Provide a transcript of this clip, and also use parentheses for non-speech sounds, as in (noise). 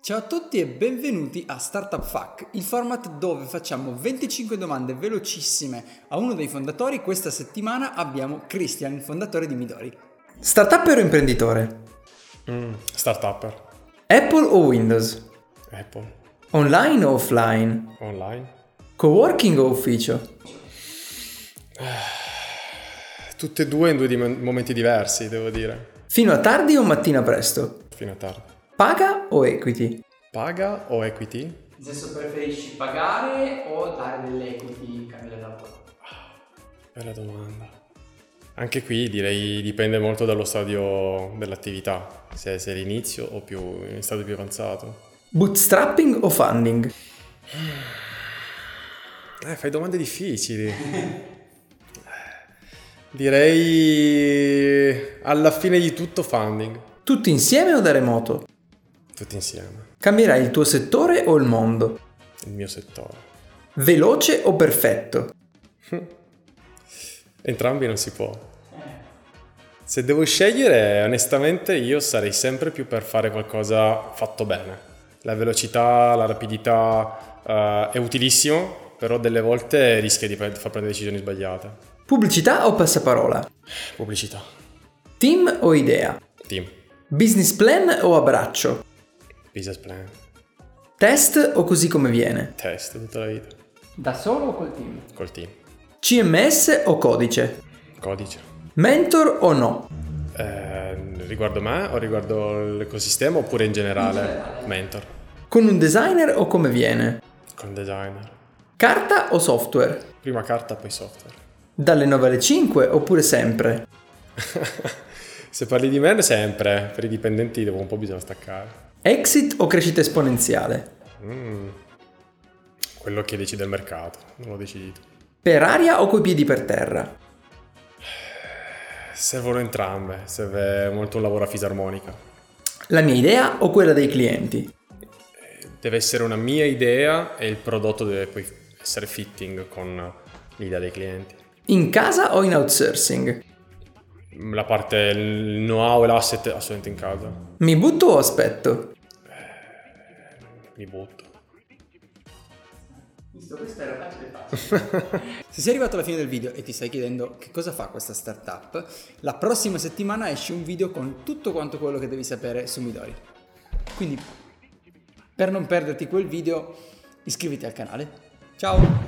Ciao a tutti e benvenuti a Startup Fuck, il format dove facciamo 25 domande velocissime a uno dei fondatori. Questa settimana abbiamo Christian, il fondatore di Midori. Startupper o imprenditore? Mm, startupper. Apple o Windows? Apple. Online o offline? Online. Coworking o ufficio? Tutte e due in due dim- momenti diversi, devo dire. Fino a tardi o mattina presto? Fino a tardi. Paga o equity? Paga o equity? Nel senso preferisci pagare o dare delle equity in cambio del lavoro? Bella domanda. Anche qui direi dipende molto dallo stadio dell'attività, se sei all'inizio o più in stadio più avanzato. Bootstrapping o funding? Eh, fai domande difficili. (laughs) direi alla fine di tutto funding, Tutti insieme o da remoto? tutti insieme, Cambierai il tuo settore o il mondo? il mio settore. Veloce o perfetto? Entrambi non si può. Se devo scegliere, onestamente io sarei sempre più per fare qualcosa fatto bene. La velocità, la rapidità eh, è utilissimo, però delle volte rischia di pre- far prendere decisioni sbagliate. Pubblicità o passaparola? Pubblicità, Team o idea? team, Business plan o abbraccio? business plan, Test o così come viene? test tutta la vita, Da solo o col team? col team, CMS o codice? codice. Mentor o no? Eh, riguardo me o riguardo l'ecosistema oppure in generale? Mentor, Con un designer o come viene? con designer. Carta o software? Prima carta, poi software. Dalle 9 alle 5 oppure sempre? Se parli di me sempre, per i dipendenti dopo un po' bisogna staccare. Exit o crescita esponenziale? Mm. Quello che decide il mercato, non l'ho decidito. Per aria o coi piedi per terra? Servono entrambe, serve molto un lavoro a fisarmonica. La mia idea o quella dei clienti? Deve essere una mia idea e il prodotto deve poi essere fitting con l'idea dei clienti. In casa o in outsourcing? La parte, il know-how e l'asset assolutamente in casa. Mi butto o aspetto? Mi butto. Visto, questo era facile facile. Se sei arrivato alla fine del video e ti stai chiedendo che cosa fa questa startup, la prossima settimana esce un video con tutto quanto quello che devi sapere su Midori. Quindi, per non perderti quel video, iscriviti al canale. Ciao!